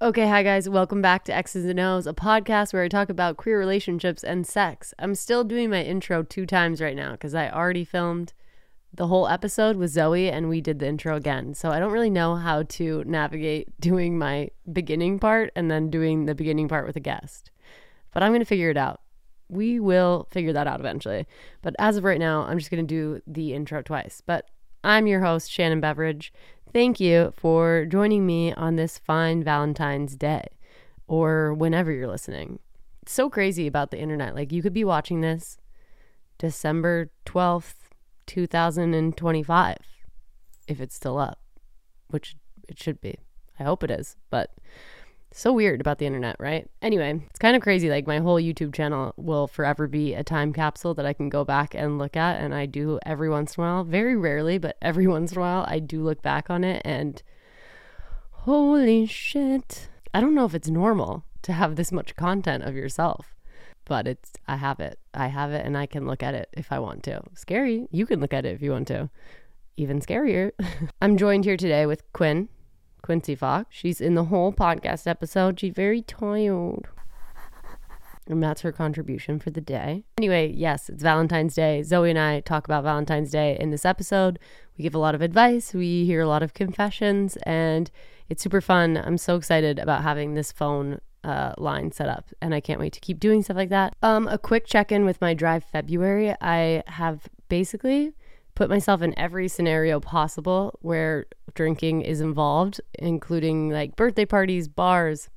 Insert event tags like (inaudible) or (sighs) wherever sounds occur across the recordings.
Okay, hi guys. Welcome back to X's and O's, a podcast where I talk about queer relationships and sex. I'm still doing my intro two times right now because I already filmed the whole episode with Zoe and we did the intro again. So I don't really know how to navigate (laughs) doing my beginning part and then doing the beginning part with a guest. But I'm going to figure it out. We will figure that out eventually. But as of right now, I'm just going to do the intro twice. But I'm your host, Shannon Beveridge. Thank you for joining me on this fine Valentine's Day or whenever you're listening. It's so crazy about the internet. Like, you could be watching this December 12th, 2025, if it's still up, which it should be. I hope it is, but so weird about the internet, right? Anyway, it's kind of crazy. Like, my whole YouTube channel will forever be a time capsule that I can go back and look at. And I do every once in a while, very rarely, but every (laughs) once in a while, I do look back on it and holy shit. I don't know if it's normal to have this much content of yourself, but it's, I have it. I have it and I can look at it if I want to. Scary. You can look at it if you want to. Even scarier. (laughs) I'm joined here today with Quinn. Quincy Fox. She's in the whole podcast episode. She's very tired. And that's her contribution for the day. Anyway, yes, it's Valentine's Day. Zoe and I talk about Valentine's Day in this episode. We give a lot of advice, we hear a lot of confessions, and it's super fun. I'm so excited about having this phone uh, line set up, and I can't wait to keep doing stuff like that. Um, a quick check in with my drive February. I have basically put myself in every scenario possible where drinking is involved, including like birthday parties, bars,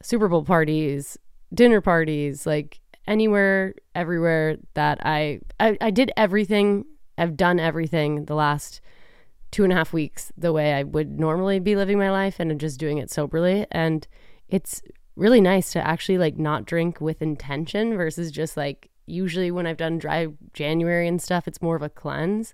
Super Bowl parties, dinner parties, like anywhere, everywhere that I, I, I did everything. I've done everything the last two and a half weeks the way I would normally be living my life and I'm just doing it soberly. And it's really nice to actually like not drink with intention versus just like usually when I've done dry January and stuff, it's more of a cleanse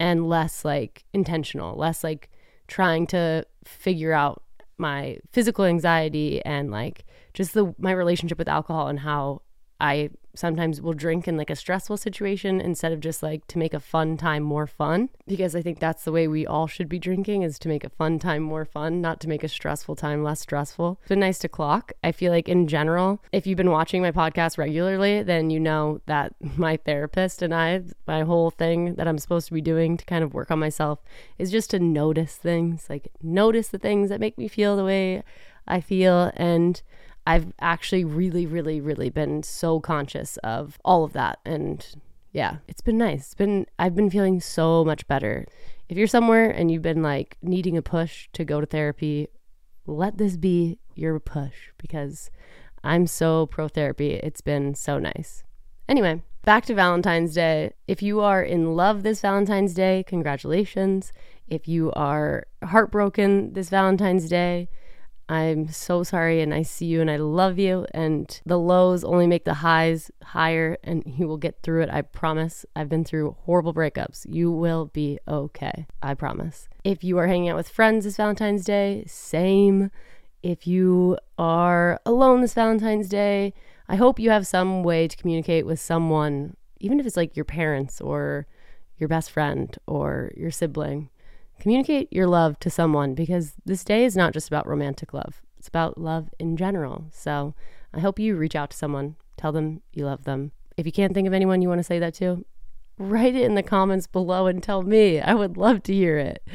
and less like intentional, less like trying to figure out my physical anxiety and like just the my relationship with alcohol and how I sometimes will drink in like a stressful situation instead of just like to make a fun time more fun because I think that's the way we all should be drinking is to make a fun time more fun, not to make a stressful time less stressful. It's been nice to clock. I feel like in general, if you've been watching my podcast regularly, then you know that (laughs) my therapist and I, my whole thing that I'm supposed to be doing to kind of work on myself is just to notice things, like notice the things that make me feel the way I feel and I've actually really, really, really been so conscious of all of that. And yeah, it's been nice. It's been, I've been feeling so much better. If you're somewhere and you've been like needing a push to go to therapy, let this be your push because I'm so pro therapy. It's been so nice. Anyway, back to Valentine's Day. If you are in love this Valentine's Day, congratulations. If you are heartbroken this Valentine's Day, I'm so sorry and I see you and I love you and the lows only make the highs higher and you will get through it. I promise. I've been through horrible breakups. You will be okay. I promise. If you are hanging out with friends this Valentine's Day, same. If you are alone this Valentine's Day, I hope you have some way to communicate with someone, even if it's like your parents or your best friend or your sibling communicate your love to someone because this day is not just about romantic love, it's about love in general. So I hope you reach out to someone, tell them you love them. If you can't think of anyone you want to say that to, write it in the comments below and tell me. I would love to hear it.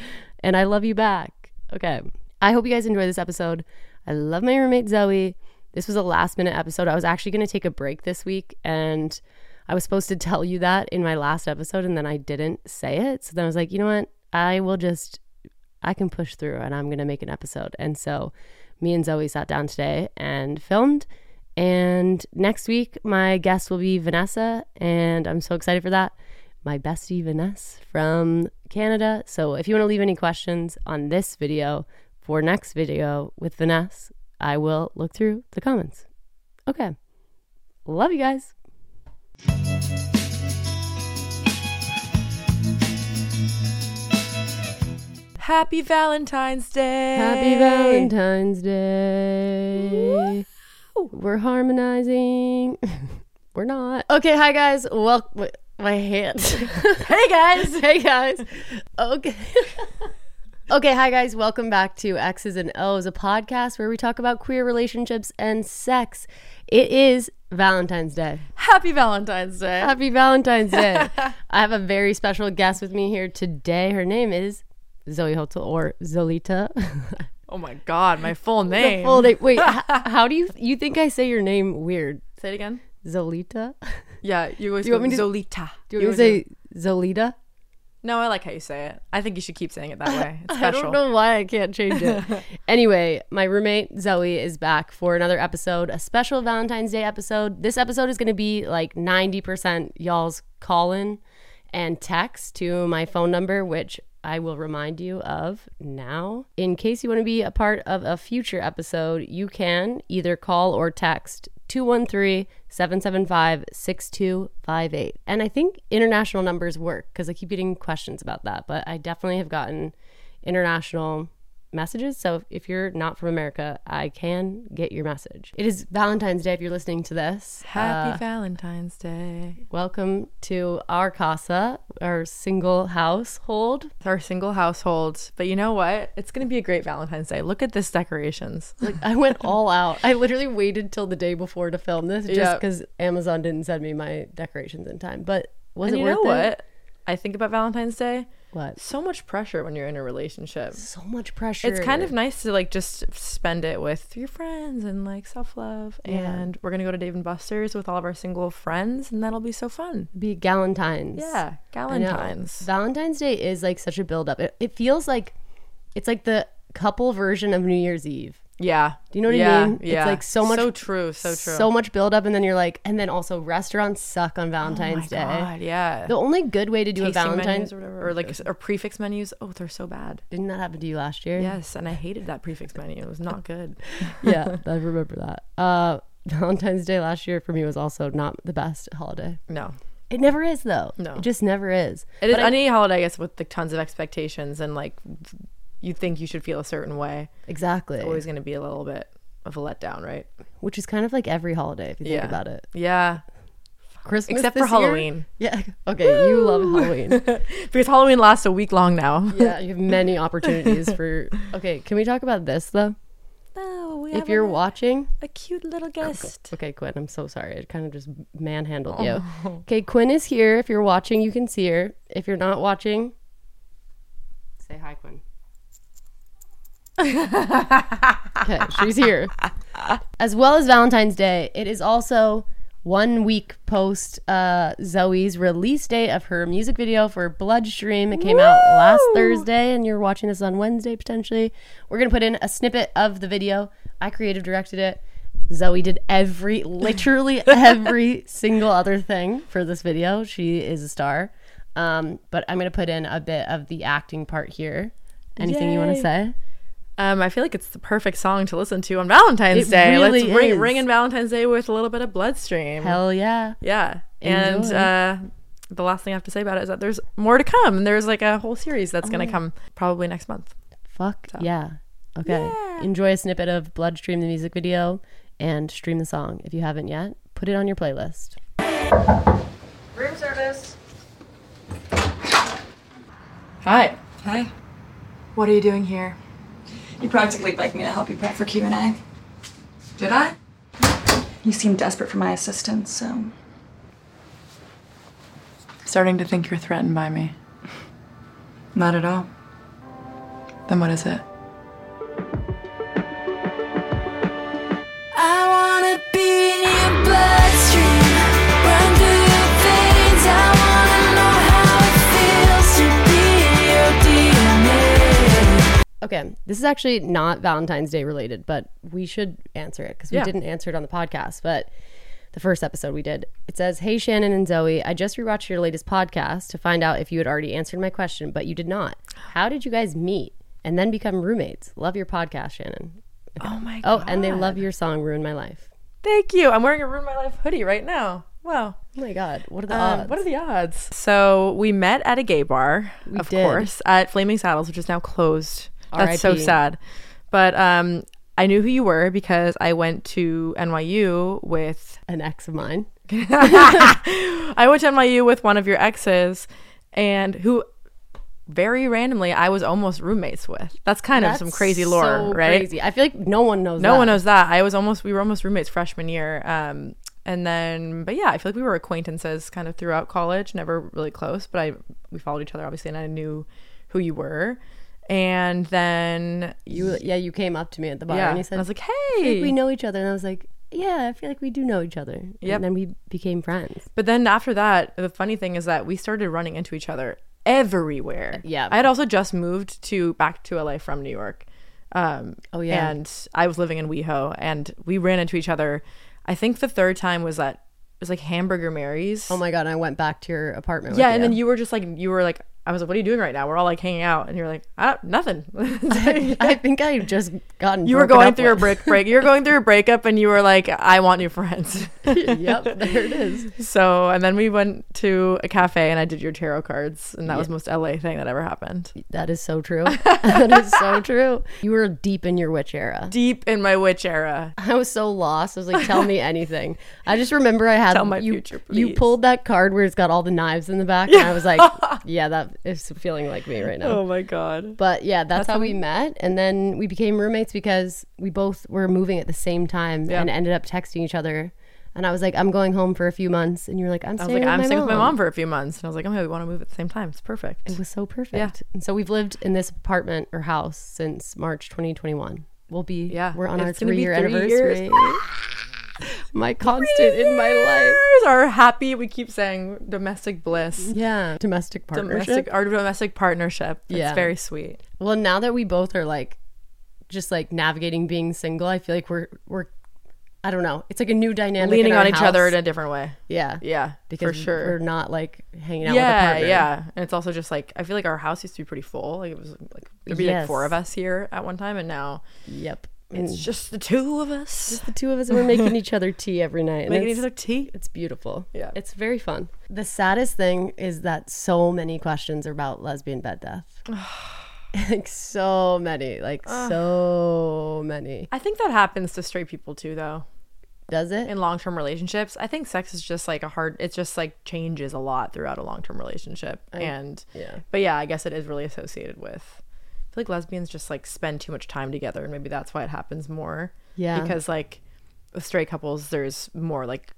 And I love you back. Okay. I hope you guys enjoy this episode. I love my roommate Zoe. This was a last minute episode. I was actually going to take a break this week and I was supposed to tell you that in my last episode and then I didn't say it. So then I was like, you know what? I will just, I can push through and I'm going to make an episode. And so me and Zoe sat down today and filmed. And next week, my guest will be Vanessa. And I'm so excited for that. My bestie, Vanessa from Canada. So if you want to leave any questions on this video for next video with Vanessa, I will look through the comments. Okay. Love you guys. Happy Valentine's Day. Happy Valentine's Day. Woo. We're harmonizing. (laughs) We're not. Okay, hi guys. Welcome. (laughs) My hand. hey guys. Hey guys. Okay. (laughs) Okay, hi guys. Welcome back to X's and O's, a podcast where we talk about queer relationships and sex. It is Valentine's Day. Happy Valentine's Day. Happy Valentine's (laughs) Day. I have a very special guest with me here today. Her name is Zoe Hotel or Zolita. (laughs) Oh my God, my full name. Full name. Wait, (laughs) h- how do you you think I say your name weird? Say it again. Zolita? Yeah, you always you go want me to- Zolita. Do you want me to say Zolita? No, I like how you say it. I think you should keep (laughs) saying it that way. It's I special. don't know why I can't change it. anyway, my roommate Zoe is back for another episode, a special Valentine's Day episode. This episode is going to be like 90% y'all's call in and text to my phone number, which I will remind you of now. In case you want to be a part of a future episode, you can either call or text 213-775-6258. And I think international numbers work because I keep getting questions about that, but I definitely have gotten international messages. So if- if you're not from America, I can get your message. It is Valentine's Day if you're listening to this. Uh. Happy Valentine's Day. Welcome to our casa, our single household. It's our single household. But you know what? It's going to be a great Valentine's Day. Look at this decorations. Like I (laughs) went all out. I literally waited till the day before to film this just Yeah. because Amazon didn't send me my decorations in time. But was it And you worth know it? what? I think about Valentine's Day. What? So much pressure when you're in a relationship. So much pressure. It's kind of nice to like just spend it with your friends and like self love. And we're gonna go to Dave and Buster's with all of our single friends, and that'll be so fun. be Galentine's. Yeah, I know. Galentine's. Valentine's Day is like such a build up. It, it feels like it's like the couple version of New Year's Eve. Yeah, Do you know what yeah, I mean? Yeah, It's like so much So true. So true. Oh so much build up and then you're like and then also restaurants suck on Valentine's Day. God, yeah. The only good way to do Tasting a Valentine's menus or whatever, or like or prefix menus. Oh, they're so bad. didn't that happen to you last year? Yes, and I hated that prefix menu. It was not good. (laughs) yeah, I remember that. Uh, (laughs) Valentine's Day last year for me was also not the best holiday. No, It never is though. No. it just never is. it is But I- any holiday, I guess, with the tons of expectations and like you think you should feel a certain way. exactly, Always gonna be a little bit of a letdown, right? which is kind of like every holiday if you Yeah. think about it. Yeah. Christmas, Except this for year? Halloween. Yeah. (laughs) Okay, you love Halloween. (laughs) Because Halloween lasts a week long (laughs) now. yeah, you have many opportunities (laughs) for. Okay, can we talk about this though? Oh, we If you're watching, a cute little guest. Okay, Quinn, I'm so sorry. I kind of just manhandled you. Okay, Quinn is here. If you're watching, you can see her. If you're not watching, say hi, Quinn. okay, she's here. As well as Valentine's Day, it is also one week post uh, Zoe's release date of her music video for Bloodstream. It came out last Thursday, and you're watching this on Wednesday potentially. We're gonna put in a snippet of the video. I creative directed it. Zoe did every, literally every single other thing for this video. She is a star. Um, but I'm gonna put in a bit of the acting part here. Anything you want to Yay. say? Um, I feel like it's the perfect song to listen to on Valentine's It Day. really Let's ring, is. ring in Valentine's Day with a little bit of Bloodstream. Hell yeah! yeah. Enjoy. And uh, the last thing I have to say about it is that there's more to come. And There's like a whole series that's Oh. going to come probably next month. Fuck yeah. Okay. Enjoy a snippet of Bloodstream, the music video, and stream the song. If you haven't yet, put it on your playlist. Room service. Hi. Hi. What are you doing here? You practically begged me to help you prep for Q and A. Did I? You seem desperate for my assistance, so Starting to think you're threatened by me. not at all. Then what is it? I wanna be in your bloodstream, run through your veins. I wanna know how it feels to be in your DNA. Okay. This is actually not Valentine's Day related, but we should answer it because we Yeah. didn't answer it on the podcast. But the first episode we did, it says, Hey, Shannon and Zoe, I just rewatched your latest podcast to find out if you had already answered my question, but you did not. How did you guys meet and then become roommates? Love your podcast, Shannon. Oh my Oh, and they love your song, Ruin My Life. Thank you. I'm wearing a Ruin My Life hoodie right now. Wow. Oh my God. What are the Um, odds? what are the odds? So we met at a gay bar, of did. course, at Flaming Saddles, which is now closed. That's so R.I.P.. sad. But um, I knew who you were because I went to NYU with An ex of mine. I went to NYU with one of your exes, and who very randomly I was almost roommates with. That's kind of some That's crazy lore, so right? Crazy. I feel like no one knows. No that. one knows that. I was almost we were almost roommates freshman year. Um and then but yeah, I feel like we were acquaintances kind of throughout college, never really close, but I we followed each other obviously and I knew who you were. And then You, yeah, you came up to me at the bar yeah, and you said, I was like, "I "Hey." think we know each other," and I was like, "Yeah, I feel like we do know each other." Yep. And then we became friends. But then after that, the funny thing is that we started running into each other everywhere. Yeah. I had also just moved to back to LA from New York. Um, Oh, yeah. And I was living in WeHo, and we ran into each other. I think the third time was at it was like Hamburger Mary's. Oh my god! And I went back to your apartment. yeah, with and then you were just like you were like I was like, what are you doing right now? We're all like hanging out, and you're like, ah, nothing. (laughs) (laughs) I think I had just gotten. you were broken going up through a with. break break. You were going through a breakup, and you were like, I want new friends. (laughs) yep, there it is. So, and then we went to a cafe and I did your tarot cards, and that was the most LA thing that ever happened. That is so (laughs) true. that is so true. You were deep in your witch era. Deep in my (laughs) witch era. I was so lost. I was like, (laughs) "Tell me anything." I just remember I had Tell my you, future, You please. pulled that card where it's got all the knives in the back, and I was (laughs) like, "Yeah, that is feeling like me right now." my God. But yeah, that's, how we met. And then we became roommates because we both were moving at the same time and ended up texting each other. And I was like, I'm going home for a few months. And you were like, I'm I staying, was like, with, I'm my staying mom. with my mom for a few months. And I was like, oh, we want to move at the same time. It's perfect. It was so perfect. And so we've lived in this apartment or house since March 2021. We'll be, Yeah, we're on our it's gonna three be year three anniversary. (laughs) my constant in my life. Here's our happy, we keep saying domestic bliss. Yeah. Domestic partnership. Domestic, our domestic partnership. It's Mm-hmm. Yeah. very sweet. Well, now that we both are like just like navigating being single, I feel like we're we're I don't know. It's like a new dynamic. in Leaning our on each other house. in a different way. yeah. Yeah. Because for sure. we're not like hanging out with a yeah, partner. yeah. And it's also just like I feel like our house used to be pretty full. Like it was like there'd be Yes. like four of us here at one time, and now Yep. it's just the two of us the two of (laughs) us were making each other tea every night. and making it's- each other tea. It's beautiful. Yeah. It's very fun. The saddest thing is that so many questions are about lesbian bed death. (sighs) like so many. Like so many. I think that happens to straight people too, though. Does it? In long term relationships, I think sex is just like a hard. It's just like changes a lot throughout a long term relationship, and yeah. But yeah, I guess it is really associated with. I feel like lesbians just like spend too much time together, and maybe that's why it happens more. Yeah. because like with straight couples, there's more like,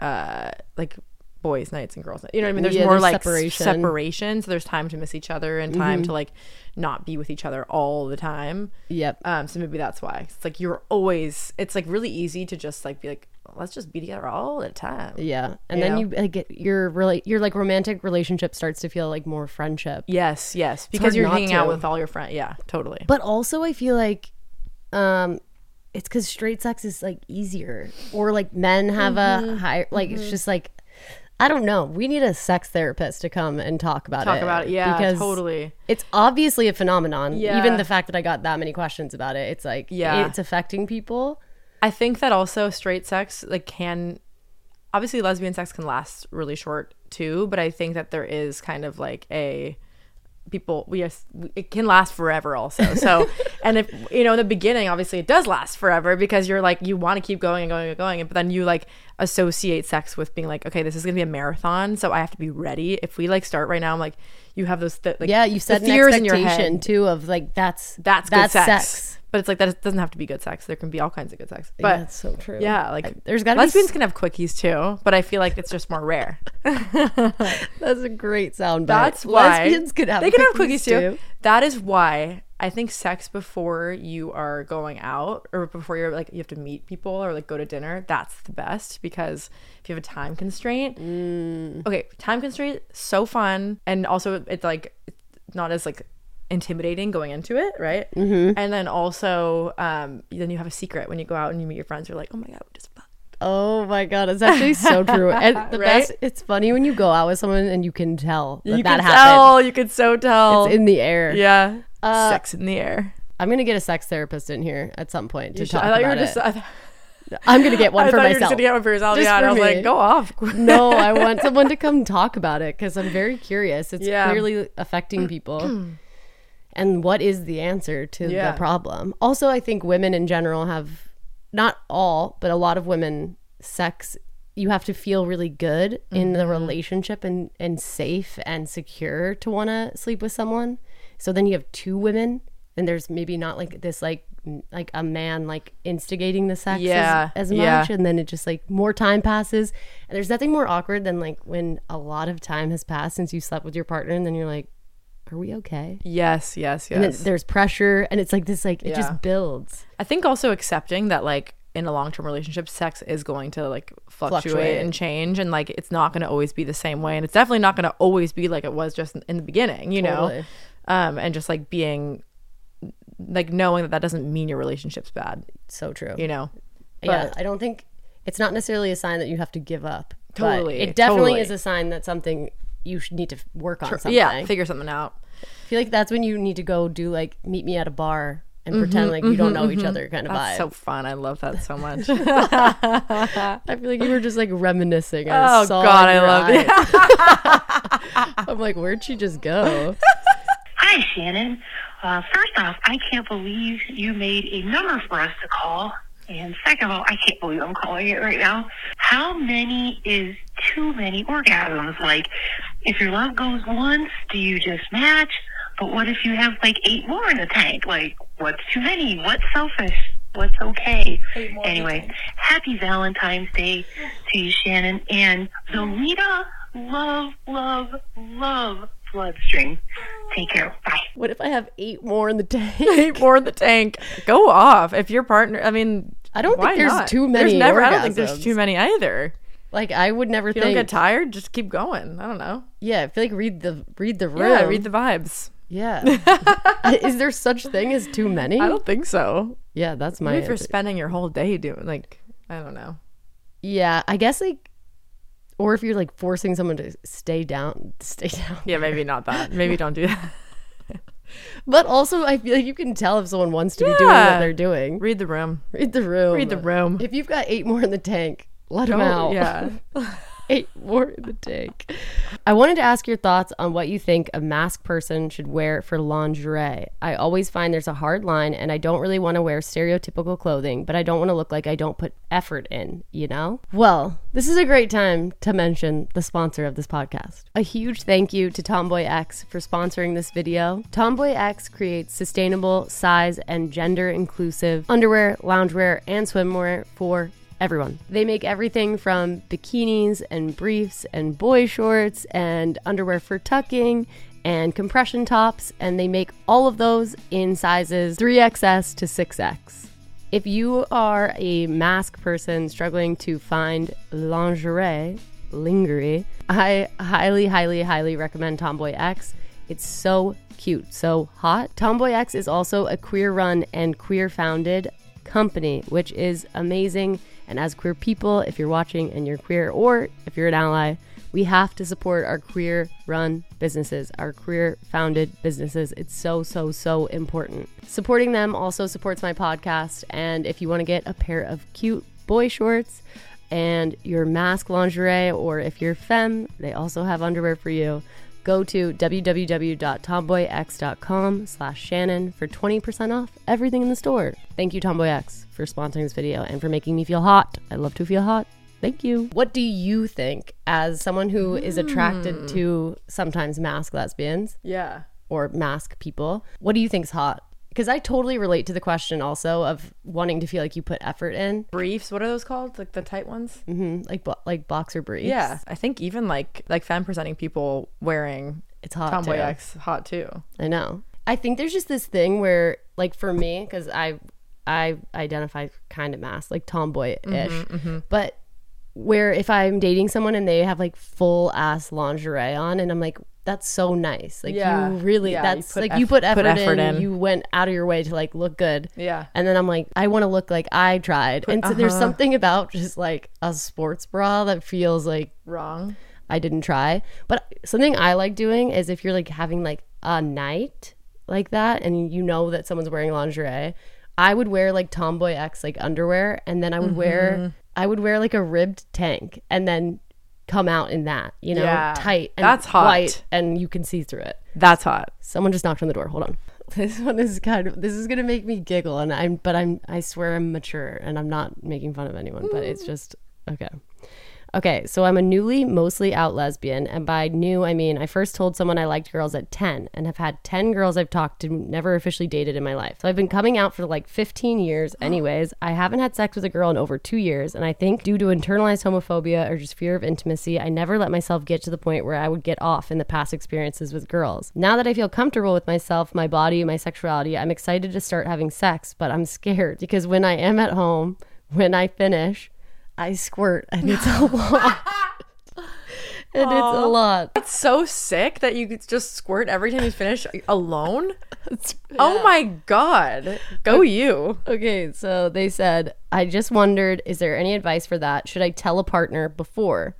uh, like boys' nights and girls' nights. You know what I mean? There's Yeah, more there's like separation. separation. Mm-hmm. separation. So there's time to miss each other and time to like not be with each other all the time. Yep. Um, so maybe that's why it's like you're always. It's like really easy to just like be like, let's just be together all the time. Yeah, and You then know? you like get your really your like romantic relationship starts to feel like more friendship. Yes, yes, hard because you're not hanging out to. with all your friends. Yeah, totally. But also, I feel like um it's because straight sex is like easier, or like men have a higher like it's just like I don't know. We need a sex therapist to come and talk about it. talk about it. Yeah, totally. It's obviously a phenomenon. Yeah. Even the fact that I got that many questions about it, it's like Yeah. it's affecting people. I think that also straight sex like can obviously lesbian sex can last really short too, but I think that there is kind of like a people we yes it can last forever also. (laughs) So and if you know in the beginning obviously it does last forever because you're like you want to keep going and going and going but then you like associate sex with being like okay this is going to be a marathon so I have to be ready. If we like start right now I'm like you have those th- like Yeah, you the set an fears in your expectation head too of like that's that's good sex. But it's like that doesn't have to be good sex. There can be all kinds of good sex. But that's so true. Yeah, like there's gotta be lesbians s- can have quickies too, but I feel like it's just more rare. That's a great soundbite. That's why lesbians could have they can have cookies quickies too. That is why I think sex before you are going out or before you're like you have to meet people or like go to dinner. That's the best because if you have a time constraint, okay, time constraint so fun and also it's like it's not as like intimidating going into it, right? Mm-hmm. And then also um, then you have a secret when you go out and you meet your friends. You're like, oh my god, we just fucked. Oh my god, it's actually (laughs) so true. And the Right? best, it's funny when you go out with someone and you can tell that you that can happened. tell. You can so tell. It's in the air. Yeah. Sex in the air. I'm gonna get a sex therapist in here at some point to talk I thought you were about just. it. I, thought- I'm gonna get one (laughs) I for thought you were just myself. gonna get one for yourself. Just yeah, and for I was me. like, go off. (laughs) (laughs) no, I want someone to come talk about it because I'm very curious. It's Yeah. clearly affecting (clears throat) people. and what is the answer to Yeah. the problem? Also, I think women in general have not all, but a lot of women sex you have to feel really good in Mm-hmm. the relationship and and safe and secure to want to sleep with someone. So then you have two women, and there's maybe not like this like n- like a man like instigating the sex as- Yeah, as, much, yeah. and then it just like more time passes. And there's nothing more awkward than like when a lot of time has passed since you slept with your partner, and then you're like, "Are we okay?" Yes, yes, And then yes. there's pressure, and it's like this like it Yeah. just builds. I think also accepting that like in a long-term relationship sex is going to like fluctuate, Fluctuate. and change and like it's not going to always be the same way and it's definitely not going to always be like it was just in- in the beginning, you know. Totally. Um and just like being like knowing that that doesn't mean your relationship's bad, So true. you know. yeah, But- I don't think it's not necessarily a sign that you have to give up. but Totally, it definitely totally. is a sign that something you should need to f- work on. Something. Yeah, figure something out. I feel like that's when you need to go do like meet me at a bar and pretend like you don't know each other kind of vibe. Mm-hmm, So fun. I love that (laughs) so much. I feel like you were just like reminiscing. I oh saw god, in I your love eyes. it. (laughs) I'm like, where'd she just (laughs) go? Hi, Shannon. Uh, first off, I can't believe you made a number for us to call. And second of all, I can't believe I'm calling it right now. How many is too many orgasms? Like, if your love goes once, do you just match? But what if you have like eight more in the tank? Like, what's too many? What's selfish? What's okay? Anyway, happy Valentine's Day to you, Shannon. And Zolita, love, love, love Bloodstream. Take care. Bye. What if I have eight more in the tank? (laughs) Eight more in the tank. Go off. If your partner, I mean, I don't think why there's not? too There's many never. I don't think there's orgasms. too many either. Like I would never If you think. don't get tired, just keep going. I don't know. yeah, I feel like read the read the room. Yeah, read the vibes. yeah. (laughs) (laughs) is there such thing as too many? I don't think so. Yeah, that's my. Maybe if you're answer. spending your whole day doing like, I don't know. Yeah, I guess like, or if you're like forcing someone to stay down, stay down. (laughs) Yeah, maybe not that. Maybe don't do that. (laughs) But also, I feel like you can tell if someone wants to be doing what Yeah. they're doing. Read the room. Read the room. Read the room. Oh, If you've got eight more in the tank, let them out. Yeah. eight more in the tank. I wanted to ask your thoughts on what you think a masked person should wear for lingerie. I always find there's a hard line, and I don't really want to wear stereotypical clothing, but I don't want to look like I don't put effort in, you know? Well, this is a great time to mention the sponsor of this podcast. A huge thank you to Tomboy X for sponsoring this video. Tomboy X creates sustainable, size, and gender inclusive underwear, loungewear, and swimwear for everyone. They make everything from bikinis and briefs and boy shorts and underwear for tucking and compression tops, and they make all of those in sizes 3XS to 6X. If you are a mask person struggling to find lingerie, lingerie, I highly, highly, highly recommend Tomboy X. It's so cute, so hot. Tomboy X is also a queer run and queer founded company, which is amazing. And as queer people, if you're watching and you're queer or if you're an ally, we have to support our queer run businesses, our queer founded businesses. It's so, so, so important. Supporting them also supports my podcast. And if you want to get a pair of cute boy shorts and your mask lingerie, or if you're femme, they also have underwear for you. Go to www.tomboyx.com slash Shannon for 20% off everything in the store. Thank you, Tomboy X, for sponsoring this video and for making me feel hot. I love to feel hot. Thank you. What do you think as someone who is Hmm. attracted to sometimes mask lesbians yeah. or mask people? What do you think's hot? Because I totally relate to the question also of wanting to feel like you put effort in, Briefs. What are those called? Like the tight ones. hmm like bo- like boxer briefs. Yeah. I think even like like fan presenting people wearing it's hot. tomboy too. X hot too. I know. I think there's just this thing where, like, for me, because I, I identify kind of mass, like tomboy ish, Mm-hmm, but where if I'm dating someone and they have like full ass lingerie on, and I'm like, that's so nice. Like Yeah. you really, Yeah, you that's put like eff- you put effort, put effort in, in. You went out of your way to like look good. Yeah. Uh-huh. And then I'm like, I want to look like I tried. and so there's something about just like a sports bra that feels like Wrong. I didn't try. But something I like doing is if you're like having like a night like that and you know that someone's wearing lingerie, I would wear like Tomboy X like underwear and then I would Mm-hmm. wear I would wear like a ribbed tank and then come out in that, you know, Yeah. tight and That's hot. white and you can see through it. That's hot. Someone just knocked on the door. Hold on. (laughs) This one is kind of this is gonna make me giggle and I'm Mm. but I'm I swear I'm mature and I'm not making fun of anyone, but it's just okay. Okay, so I'm a newly, mostly out lesbian, and by new, I mean I first told someone I liked girls at 10 and have had 10 girls I've talked to, never officially dated in my life. So I've been coming out for like 15 years, anyways. I haven't had sex with a girl in over two years, and I think due to internalized homophobia or just fear of intimacy, I never let myself get to the point where I would get off in the past experiences with girls. Now that I feel comfortable with myself, my body, my sexuality, I'm excited to start having sex, but I'm scared because when I am at home, when I finish, I squirt, and it's a lot. and it's a lot. It's so sick that you could just squirt every time you finish (laughs) alone. Oh my god. Go you. Okay, so they said, I just wondered, is there any advice for that? Should I tell a partner before?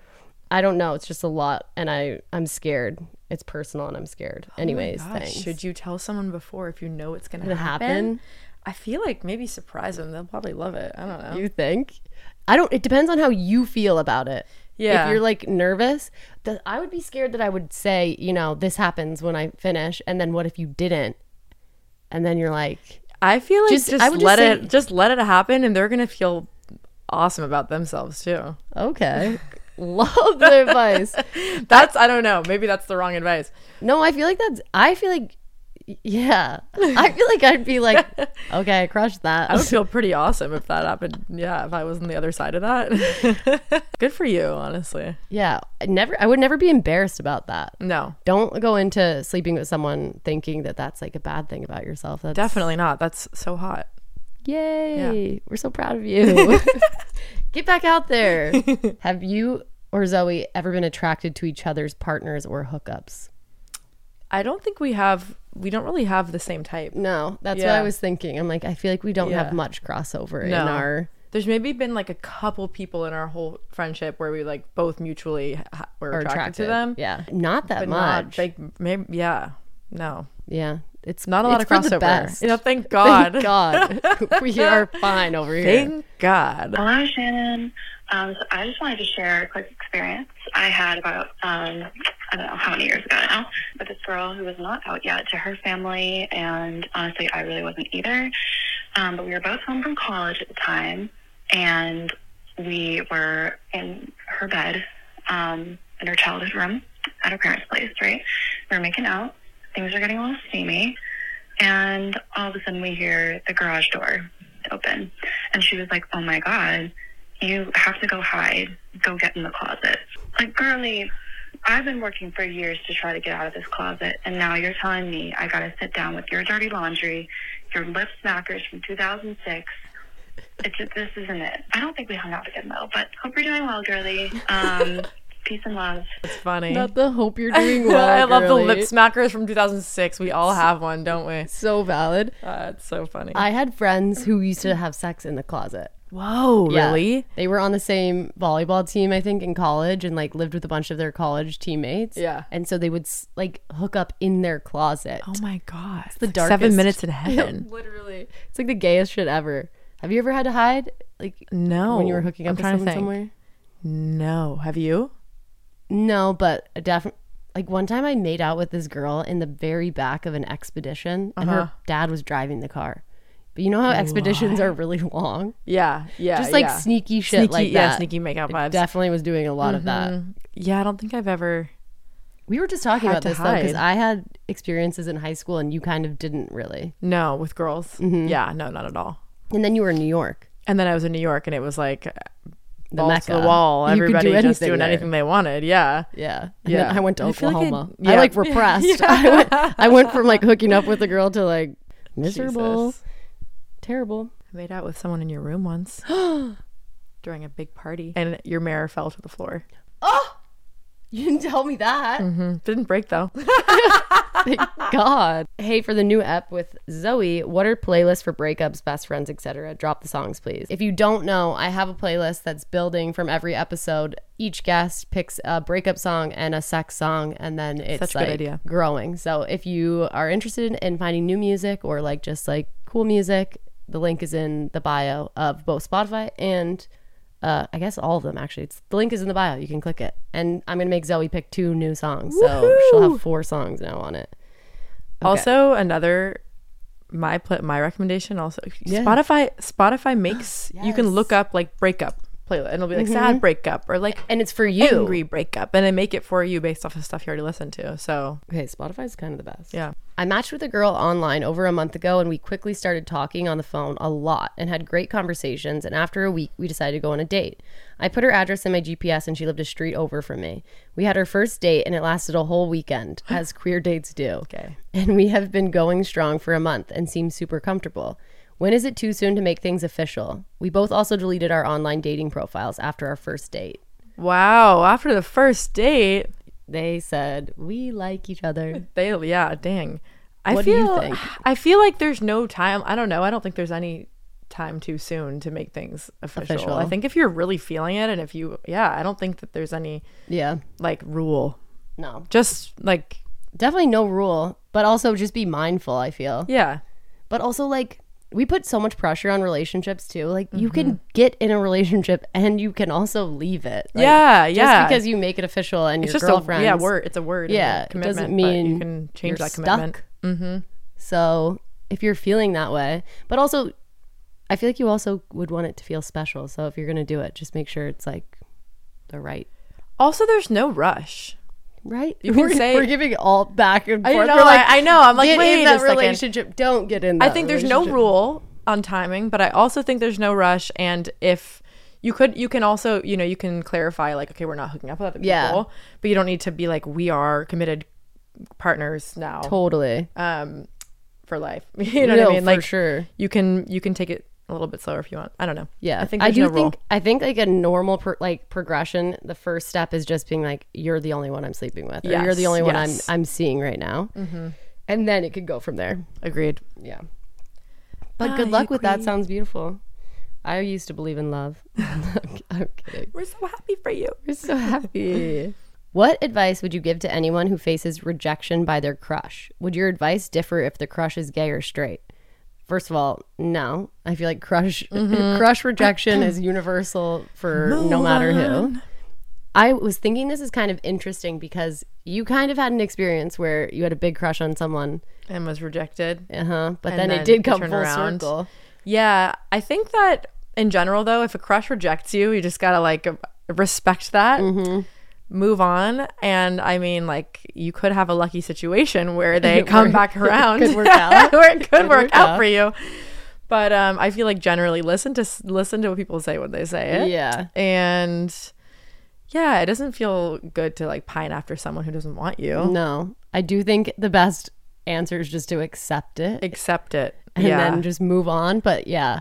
I don't know. It's just a lot, and I I'm scared. It's personal, and I'm scared. Anyways, God, thanks. Ah, should you tell someone before if you know it's gonna Gonna happen? happen? I feel like maybe surprise them. They'll probably love it. I don't know. you think? I don't. It depends on how you feel about it. Yeah. If you're like nervous, th- I would be scared that I would say, you know, this happens when I finish, and then what if you didn't? And then you're like, I feel like Just- just, I would just let say- it just let it happen, and they're gonna feel awesome about (laughs) themselves too. okay, love the advice. That's I don't know. Maybe that's the wrong advice. No, I feel like that's. I feel like, yeah. I feel like I'd be (laughs) like, okay, I crushed that. I would feel pretty awesome if that happened. Yeah, if I was on the other side of that. (laughs) Good for you, honestly. yeah, I never. I would never be embarrassed about that. No, Don't go into sleeping with someone thinking that that's like a bad thing about yourself. That's definitely not. That's so hot. yay. We're so proud of (laughs) you. (laughs) Get back out there. Have you or Zoe ever been attracted to each other's partners or hookups? I don't think we have. We don't really have the same type. No, that's what Yeah. I was thinking. I'm like, I feel like we don't Yeah. have much crossover No. in our. There's maybe been like a couple people in our whole friendship where we like both mutually ha- were Or attracted, to them. Yeah. Not that but much. not like maybe yeah. No, Yeah, it's not a lot it's of for the crossover. best. You know, thank (laughs) God. Thank God, (laughs) we are fine over here. (laughs) Thank God. Hello, Shannon. Um, so I just wanted to share a quick experience I had about, um, I don't know how many years ago now, but this girl who was not out yet to her family, and honestly, I really wasn't either. Um, but we were both home from college at the time, and we were in her bed um, in her childhood room at her parents' place, right? We were making out. Things were getting a little steamy. And all of a sudden, we hear the garage door open. And she was like, Oh my God, you have to go hide. Go get in the closet. Like, girly, I've been working for years to try to get out of this closet. And now you're telling me I got to sit down with your dirty laundry, your lip smackers from 2006. It's, this isn't it. I don't think we hung out again, though, but hope you're doing well, girly. Um, (laughs) peace and love. It's funny. Not the hope you're doing well. (laughs) I love the girly. lip smackers from 2006. We all have one, don't we? So valid. Uh, it's so funny. I had friends who used to have sex in the closet. Whoa, Yeah. really? They were on the same volleyball team, I think, in college, and like lived with a bunch of their college teammates. Yeah. and so they would s- like hook up in their closet. Oh my God. It's the like darkest. Seven (laughs) minutes in heaven. Literally, it's like the gayest shit ever. Have you ever had to hide, like No. when you were hooking up I'm with trying to someone think. somewhere? No. Have you? No, but definitely. Like one time, I made out with this girl in the very back of an expedition, and Uh-huh. her dad was driving the car. But you know how expeditions are really long, Yeah. Yeah. just like Uh, yeah. sneaky shit sneaky, like that. yeah, sneaky makeout vibes. Definitely was doing a lot of that. yeah, I don't think I've ever. We were just talking Had about to this though, because hide. I had experiences in high school, and you kind of didn't really. No, with girls. Mm-hmm. Yeah, no, not at all. And then you were in New York. And then I was in New York, and it was like The balls to the Mecca. wall. You could do Everybody just anything doing there. anything they (gasps) wanted. Yeah. Yeah. And Yeah. then I went to I feel like I- Oklahoma. I, yeah. (laughs) like repressed. I went I went from like hooking up with a girl to like miserable, Jesus. terrible. I made out with someone in your room (gasps) once during a big party, and your mirror fell to the floor. You didn't tell me that. Didn't (laughs) break though. (laughs) God. Hey, for the new ep with Zoe, what are playlists for breakups, best friends, etc.? Drop the songs, please. If you don't know, I have a playlist that's building from every episode. Each guest picks a breakup song and a sex song, and then it's Such a good like idea. growing. So if you are interested in finding new music or like just like cool music, the link is in the bio of both Spotify and uh, I guess all of them actually. It's the link is in the bio. You can click it, and I'm gonna make Zoe pick two new songs, so she'll have four songs now on it. Also, another (gasps) my pl- my recommendation also Spotify Spotify makes you can look up like breakup playlist. And it'll be like sad breakup or like Mm-hmm. And it's for you. angry breakup. And I make it for you based off of stuff you already listened to. So Okay, Spotify's kind of the best. yeah. I matched with a girl online over a month ago and we quickly started talking on the phone a lot and had great conversations. And after a week, we decided to go on a date. I put her address in my GPS and she lived a street over from me. We had our first date and it lasted a whole (gasps) weekend, as queer dates do. Okay. And we have been going strong for a month and seem super comfortable. When is it too soon to make things official? We both also deleted our online dating profiles after our first date. Wow. After the first date, They said, We like each other. they yeah, dang. I What do feel you think? (sighs) I feel like there's no time. I don't know. I don't think there's any time too soon to make things official. Official. I think if you're really feeling it and if you yeah, I don't think that there's any Yeah. like rule. No. Just like definitely no rule, but also just be mindful, I feel. yeah. But also like we put so much pressure on relationships too. Like you Mm-hmm. can get in a relationship (laughs) and you can also leave it. Like, Yeah, just yeah. because you make it official and It's your just girlfriend a yeah, word. It's a word. and a Yeah, it doesn't commitment, but mean you can change you're that commitment. Mm-hmm. stuck. So if you're feeling that way, but also I feel like you also would want it to feel special. So if you're gonna do it, just make sure it's like the right Also, there's no rush. right. You can we're, say- we're giving all back and forth. know, We're like, I- I know. I'm like, get in wait a that second. relationship. Don't get in. I that think there's no relationship. rule on timing, but I also think there's no rush. And if you could, you can also, you know, you can clarify like, okay, we're not hooking up with other people, Yeah. but you don't need to be like, we are committed partners now Totally. um, for life. (laughs) you know No, what I mean? for Like, sure. you can you can take it a little bit slower if you want. I don't know. Yeah, I think there's do no think rule. I think like a normal pro- like progression. The first step is just being like, "You're the only one I'm sleeping with," or "You're the Yes, only one I'm yes. Mm-hmm. I'm seeing right now," and then it could go from there. Agreed. Yeah, but good luck with that. Sounds beautiful. I used to believe in love. (laughs) I'm kidding. We're so happy for you. We're so happy. What advice would you give to anyone who faces rejection by their crush? Would your advice differ if the crush is gay or straight? First of all, no. I feel like crush (laughs) Mm-hmm. crush rejection is universal for no matter who. I was thinking this is kind of interesting because you kind of had an experience where you had a big crush on someone, And was rejected. uh-huh, but And then, then it did you come turn full around. circle. Yeah, I think that in general, though, if a crush rejects you, you just gotta like respect that, Mm-hmm. move on, and I mean, like, you could have a lucky situation (laughs) where they come back around, could (laughs) work out. or it could, work, work out, out. for you. But um, I feel like generally listen to listen to what people say when they say it, Yeah. and yeah, it doesn't feel good to like pine after someone who doesn't want you. No, I do think the best answer is just to accept it. Accept it, and yeah. then just move on. But yeah,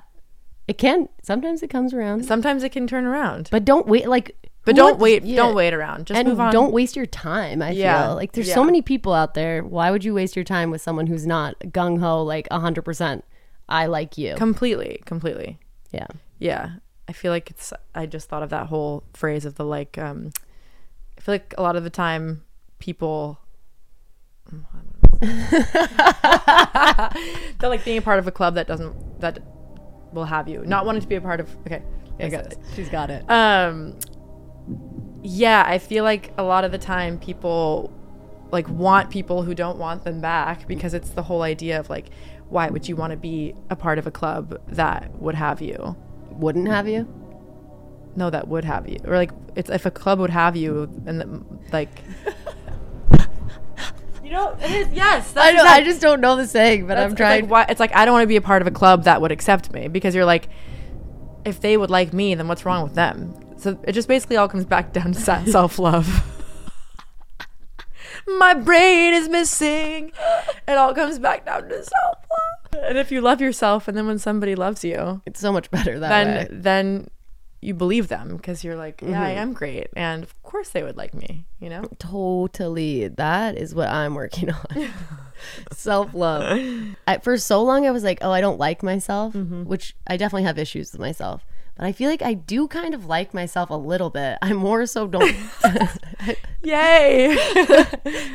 it can sometimes it comes around. Sometimes it can turn around, but, But don't wait, like, who don't would- wait, yeah. don't wait around. Just and move on. don't waste your time. I Yeah. feel like there's Yeah. so many people out there. Why would you waste your time with someone who's not gung ho, like hundred percent? I like you. completely, completely. yeah, Yeah. I feel like it's I just thought of that whole phrase of the like um I feel like a lot of the time people (laughs) they're like being a part of a club that doesn't that will have you not wanting to be a part of okay I got this. she's got it. um yeah I feel like a lot of the time people like want people who don't want them back because it's the whole idea of like why would you want to be a part of a club that would have you Wouldn't have you? no, that would have you, or like it's if a club would have you, and the, like. (laughs) you know, it is, yes, that's I know. exact- I just don't know the saying, but that's- I'm it's trying. Like, why, it's like I don't want to be a part of a club that would accept me because you're like, if they would like me, then what's wrong with them? So it just basically all comes back down to (laughs) self love. My brain is missing. It all comes back down to self love. And if you love yourself, and then when somebody loves you, it's so much better that then way. then you believe them because you're like, yeah, I am great, and of course they would like me. You know, Totally. That is what I'm working (laughs) on. Self love. I, for so long, I was like, oh, I don't like myself, Mm-hmm. which I definitely have issues with myself. But I feel like I do kind of like myself a little bit. I more so (laughs) don't. (laughs) yay, (laughs)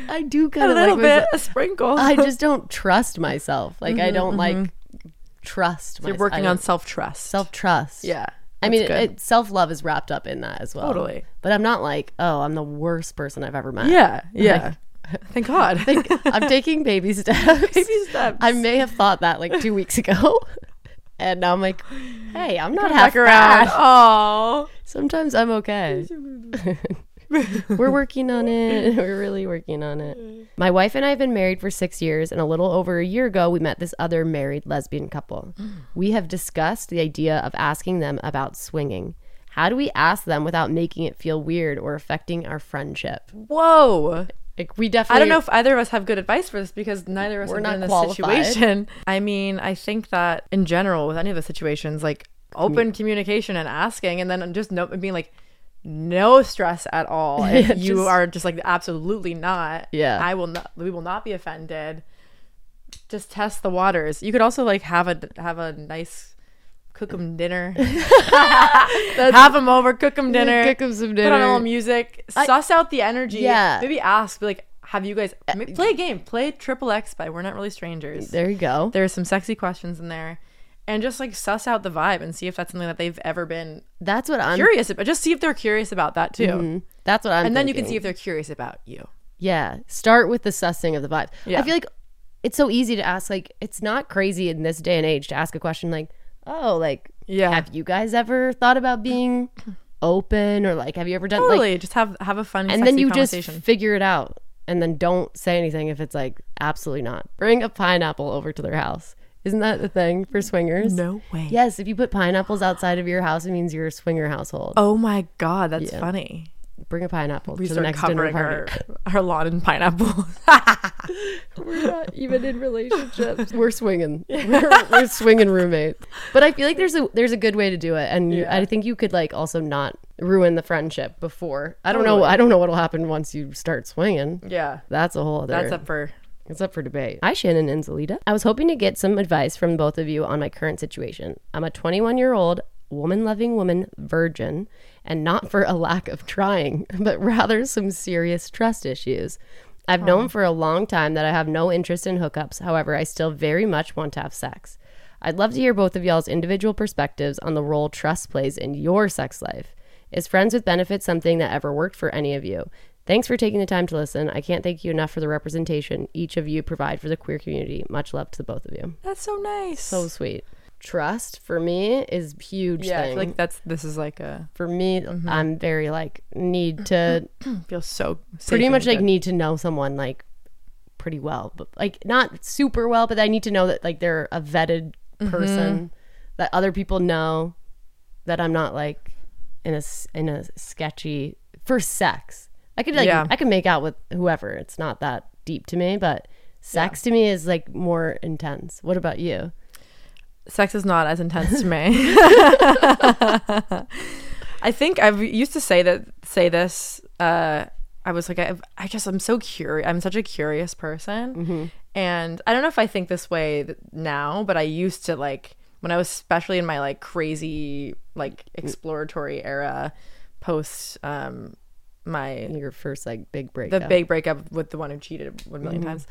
I do a kind of little like bit, myself. a sprinkle. I just don't trust myself. Like I don't like trust. mm-hmm. You're working on self trust. self trust. yeah. I that's mean, good. it, self love is wrapped up in that as well. Totally. But I'm not like, oh, I'm the worst person I've ever met. yeah, (laughs) yeah. Thank God. Like, (laughs) I'm taking baby steps. Baby steps. I may have thought that like two weeks ago. (laughs) And I'm like, hey, I'm not Come half (laughs) back around. bad. Oh, Sometimes I'm okay. (laughs) We're working on it. (laughs) We're really working on it. My wife and I have been married for six years, and a little over a year ago, we met this other married lesbian couple. Mm. We have discussed the idea of asking them about swinging. How do we ask them without making it feel weird or affecting our friendship? whoa. Like we definitely. I don't know (laughs) if either of us have good advice for this because neither of us We're are not in this qualified. situation. (laughs) I mean, I think that in general, with any of the situations, like open communication and asking, and then just no being like, no stress at (laughs) all. If you just- are just like absolutely not. Yeah. I will not. We will not be offended. Just test the waters. You could also like have a have a nice cook them (laughs) dinner. (laughs) have them over, cook them dinner, Cook 'em some put on a little dinner. music, suss out the energy. Yeah. Uh, maybe ask, be like, have you guys ma- play a game? Play Triple X by We're Not Really Strangers. There you go. There's some sexy questions in there, and just like suss out the vibe and see if that's something that they've ever been That's what I'm. curious about. Just see if they're curious about that too, Mm-hmm. That's what I'm. and then you can thinking. see if they're curious about you. Yeah. Start with the sussing of the vibe. I Yeah. feel like it's so easy to ask, like, it's not crazy in this day and age to ask a question like, oh, like, Yeah. have you guys ever thought about being open or like, have you ever done like, Totally, just have have a fun and sexy then you just conversation. figure it out and then don't say anything if it's like, absolutely not. Bring a pineapple over to their house. Isn't that the thing for swingers? no way. Yes, if you put pineapples outside of your house, it means you're a swinger household. Oh my god, that's funny. Bring a pineapple We to the start next dinner covering party. our, our lawn (laughs) in pineapple. not even in relationships. We're (laughs) swinging. We're, we're swinging roommates. But I feel like there's a there's a good way to do it, and you, I think you could like also not ruin the friendship before. I don't know. I don't know what'll happen once you start swinging. yeah. That's a whole other. That's up for It's up for debate. Hi, Shannon and Zelita. I was hoping to get some advice from both of you on my current situation. I'm a 21 year old woman loving woman virgin, and not for a lack of trying, (laughs) but rather some serious trust issues. I've known for a long time that I have no interest in hookups. However, I still very much want to have sex. I'd love to hear both of y'all's individual perspectives on the role trust plays in your sex life. Is Friends with Benefits something that ever worked for any of you? Thanks for taking the time to listen. I can't thank you enough for the representation each of you provide for the queer community. Much love to the both of you. That's so nice. So sweet. Trust for me is huge yeah, I thing. feel like that's this is like a for me, I'm very like need to feels so safe pretty and much like good. need to know someone like pretty well, but like not super well, but I need to know that like they're a vetted Mm-hmm. person that other people know that I'm not like in a s- in a sketchy for sex. I could like Yeah. I could make out with whoever. It's not that deep to me, but sex to me is like more intense. What about you? sex is not as intense to me. (laughs) I think I've used to say that say this. Uh, I was like, I, I just I'm so curious. I'm such a curious person, and I don't know if I think this way th- now, but I used to like when I was especially in my like crazy like exploratory era, post um my Your first like big break. (laughs) the big breakup with the one who cheated one million (laughs) times.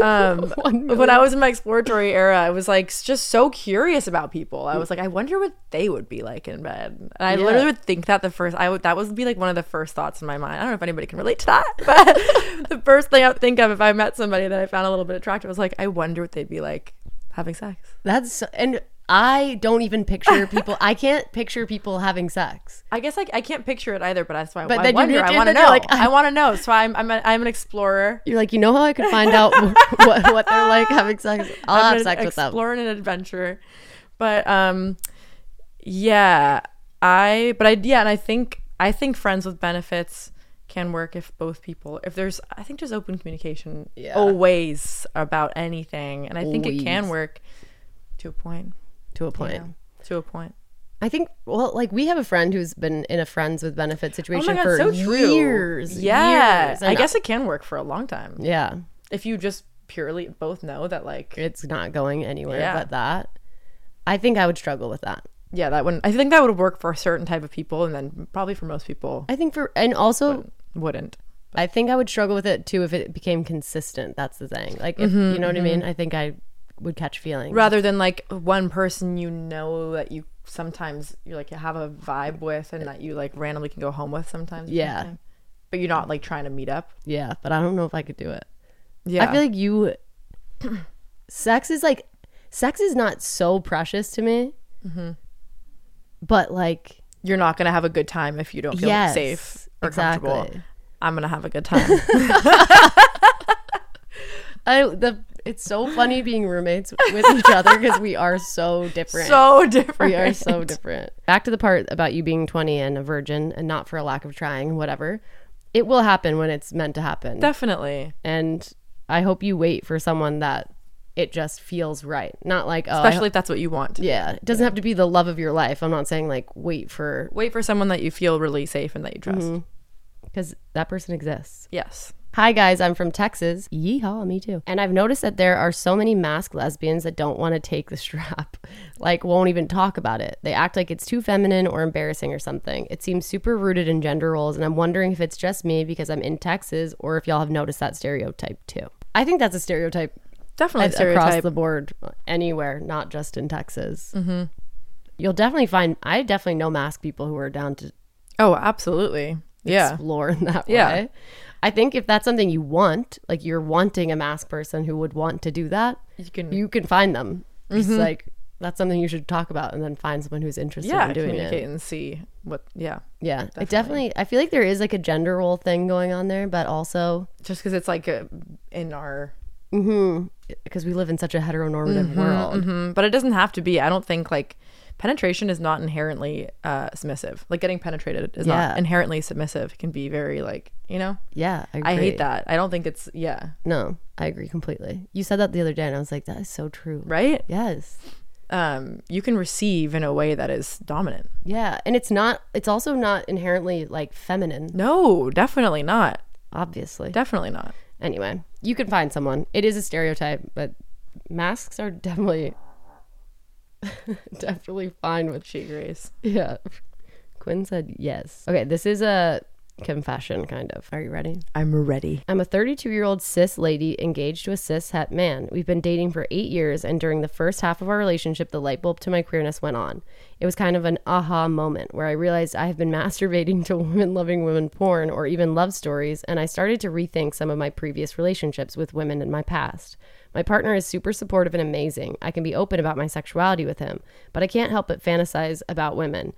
Um, (laughs) When I was in my exploratory era, I was like s- just so curious about people. I was like, I wonder what they would be like in bed. And I literally would think that the first I would that would be like one of the first thoughts in my mind. I don't know if anybody can relate to that, (laughs) but the first thing I would think of if I met somebody that I found a little bit attractive was like, I wonder what they'd be like having sex. That's so- and I don't even picture people. I can't picture people having sex. I guess like I can't picture it either, but that's why But I then you wonder. did- I and want to then you're know. like, I want to know. So I'm I'm, a, I'm an explorer. You're like, you know how I could find (laughs) out wh- what, what they're like having sex? I'll I'm have an sex with them. explorer and an adventure. But um, yeah, I but I yeah, and I think I think friends with benefits can work if both people if there's I think just open communication always about anything, and I think it can Always. work to a point. To a point. To a point. I think, well, like we have a friend who's been in a friends with benefits situation Oh God, for so true. years. Yeah, years, I and- guess it can work for a long time Yeah. if you just purely both know that like It's not going anywhere Yeah. but that. I think I would struggle with that. yeah that wouldn't I think that would work for a certain type of people and then probably for most people I think for, and also, wouldn't. I think I would struggle with it too if it became consistent. That's the thing. Like, if, Mm-hmm, you know what I mean? I think I would catch feelings. rather than like one person you know that you sometimes you like have a vibe with and that you like randomly can go home with sometimes or Yeah. something. but you're not like trying to meet up Yeah. But I don't know if I could do it. yeah I feel like you sex is like sex is not so precious to me. Mm-hmm. But like, You're not gonna have a good time if you don't feel Yes, safe or exactly. comfortable. I'm gonna have (laughs) a good time. I the it's so funny being roommates with each other because we are so different. (laughs) so different. we are so different. Back to the part about you being 20 and a virgin and not for a lack of trying, whatever. It will happen when it's meant to happen. Definitely. and I hope you wait for someone that it just feels right. Not like, oh, I Especially hope- if that's what you want. yeah, it doesn't have to be the love of your life. I'm not saying like wait for Wait for someone that you feel really safe and that you trust. Mm-hmm. because that person exists. Yes. Hi guys, I'm from Texas. Yeehaw, me too. And I've noticed that there are so many mask lesbians that don't want to take the (laughs) strap, like won't even talk about it. They act like it's too feminine or embarrassing or something. It seems super rooted in gender roles, and I'm wondering if it's just me because I'm in Texas or if y'all have noticed that stereotype too. I think that's a stereotype Definitely a- across stereotype. the board anywhere, not just in Texas. Mm-hmm. You'll definitely find. I definitely know mask people who are down to oh, absolutely. Yeah. explore in that Yeah. way. I think if that's something you want, like you're wanting a mask person who would want to do that, You can Mm-hmm. you can find them. It's like that's something you should talk about, and then find someone who's interested yeah, in doing communicate it. and see what yeah. Yeah, it definitely. I feel like there is like a gender role thing going on there, but also Just because it's like a, in our because we live in such a heteronormative world. Mm, but it doesn't have to be. I don't think like penetration is not inherently uh, submissive. Like getting penetrated is Yeah. not inherently submissive. It can be very like you know. Yeah, I, I agree. hate that. I don't think it's yeah No, I agree completely. You said that the other day, and I was like, that is so true. right. Yes. Um, you can receive in a way that is dominant. Yeah, and it's not. It's also not inherently like feminine, No, definitely not. obviously. Definitely not. anyway, you can find someone. It is a stereotype, but masks are definitely (laughs) definitely fine with She agrees. yeah. Quinn said yes. Okay, this is a confession kind of. Are you ready? I'm ready. I'm a 32 year old cis lady engaged to a cis het man. We've been dating for eight years, and during the first half of our relationship, the light bulb to my queerness went on. It was kind of an aha moment where I realized I have been (laughs) masturbating to women loving women porn or even love stories, and I started to rethink some of my previous relationships with women in my past. My partner is super supportive and amazing. I can be open about my sexuality with him, but I can't help but fantasize about women.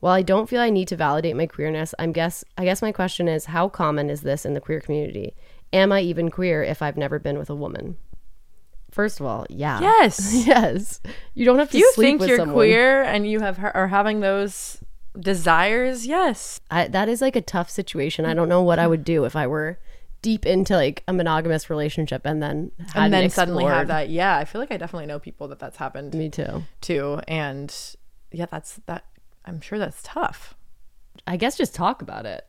While I don't feel I need to validate my queerness, I'm guess I guess my question is how common is this in the queer community? Am I even queer if I've never been with a woman? First of all, yeah. (laughs) Yes. Yes. You don't have to Do you sleep think with you're someone. queer and you have her- are having those desires? Yes. I, that is like a tough situation. I don't know what I would do if I were deep into like a monogamous relationship and then hadn't and then suddenly have explored. that. Yeah, I feel like I definitely know people that that's happened. Me too. too and yeah that's that i'm sure that's tough I guess just talk about it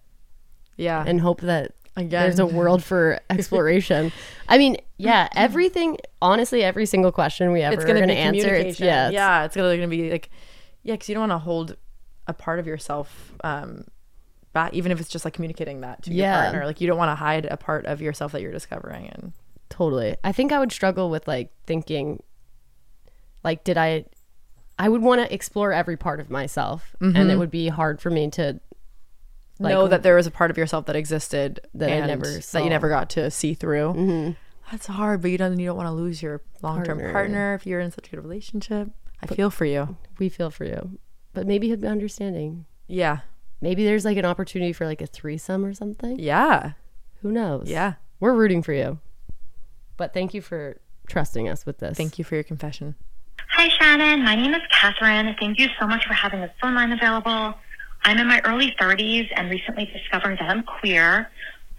yeah and hope that Again. there's a world (laughs) for exploration. I mean, yeah, everything. Honestly, every single question we ever it's going gonna to be answer, it's communication yeah, it's- yeah it's gonna, gonna be like yeah because you don't want to hold a part of yourself um back even if it's just like communicating that to Yeah. your partner like you don't want to hide a part of yourself that you're discovering and totally. I think I would struggle with like thinking, like, did I? I would want to explore every part of myself, Mm-hmm. and it would be hard for me to. Like, know that there was a part of yourself that existed That I and never that saw. Mm-hmm. you never got to see through that's hard but you don't you don't want to lose your long-term Partner. Mm. partner. if you're in such a good relationship i feel for you we feel for you, but maybe he'd be understanding. yeah Maybe there's like an opportunity for like a threesome or something. yeah Who knows? yeah we're rooting for you. But thank you for trusting us with this. thank you for your confession Hi, Shannon. My name is Catherine. Thank you so much for having this phone line available. I'm in my early 30s and recently discovered that I'm queer.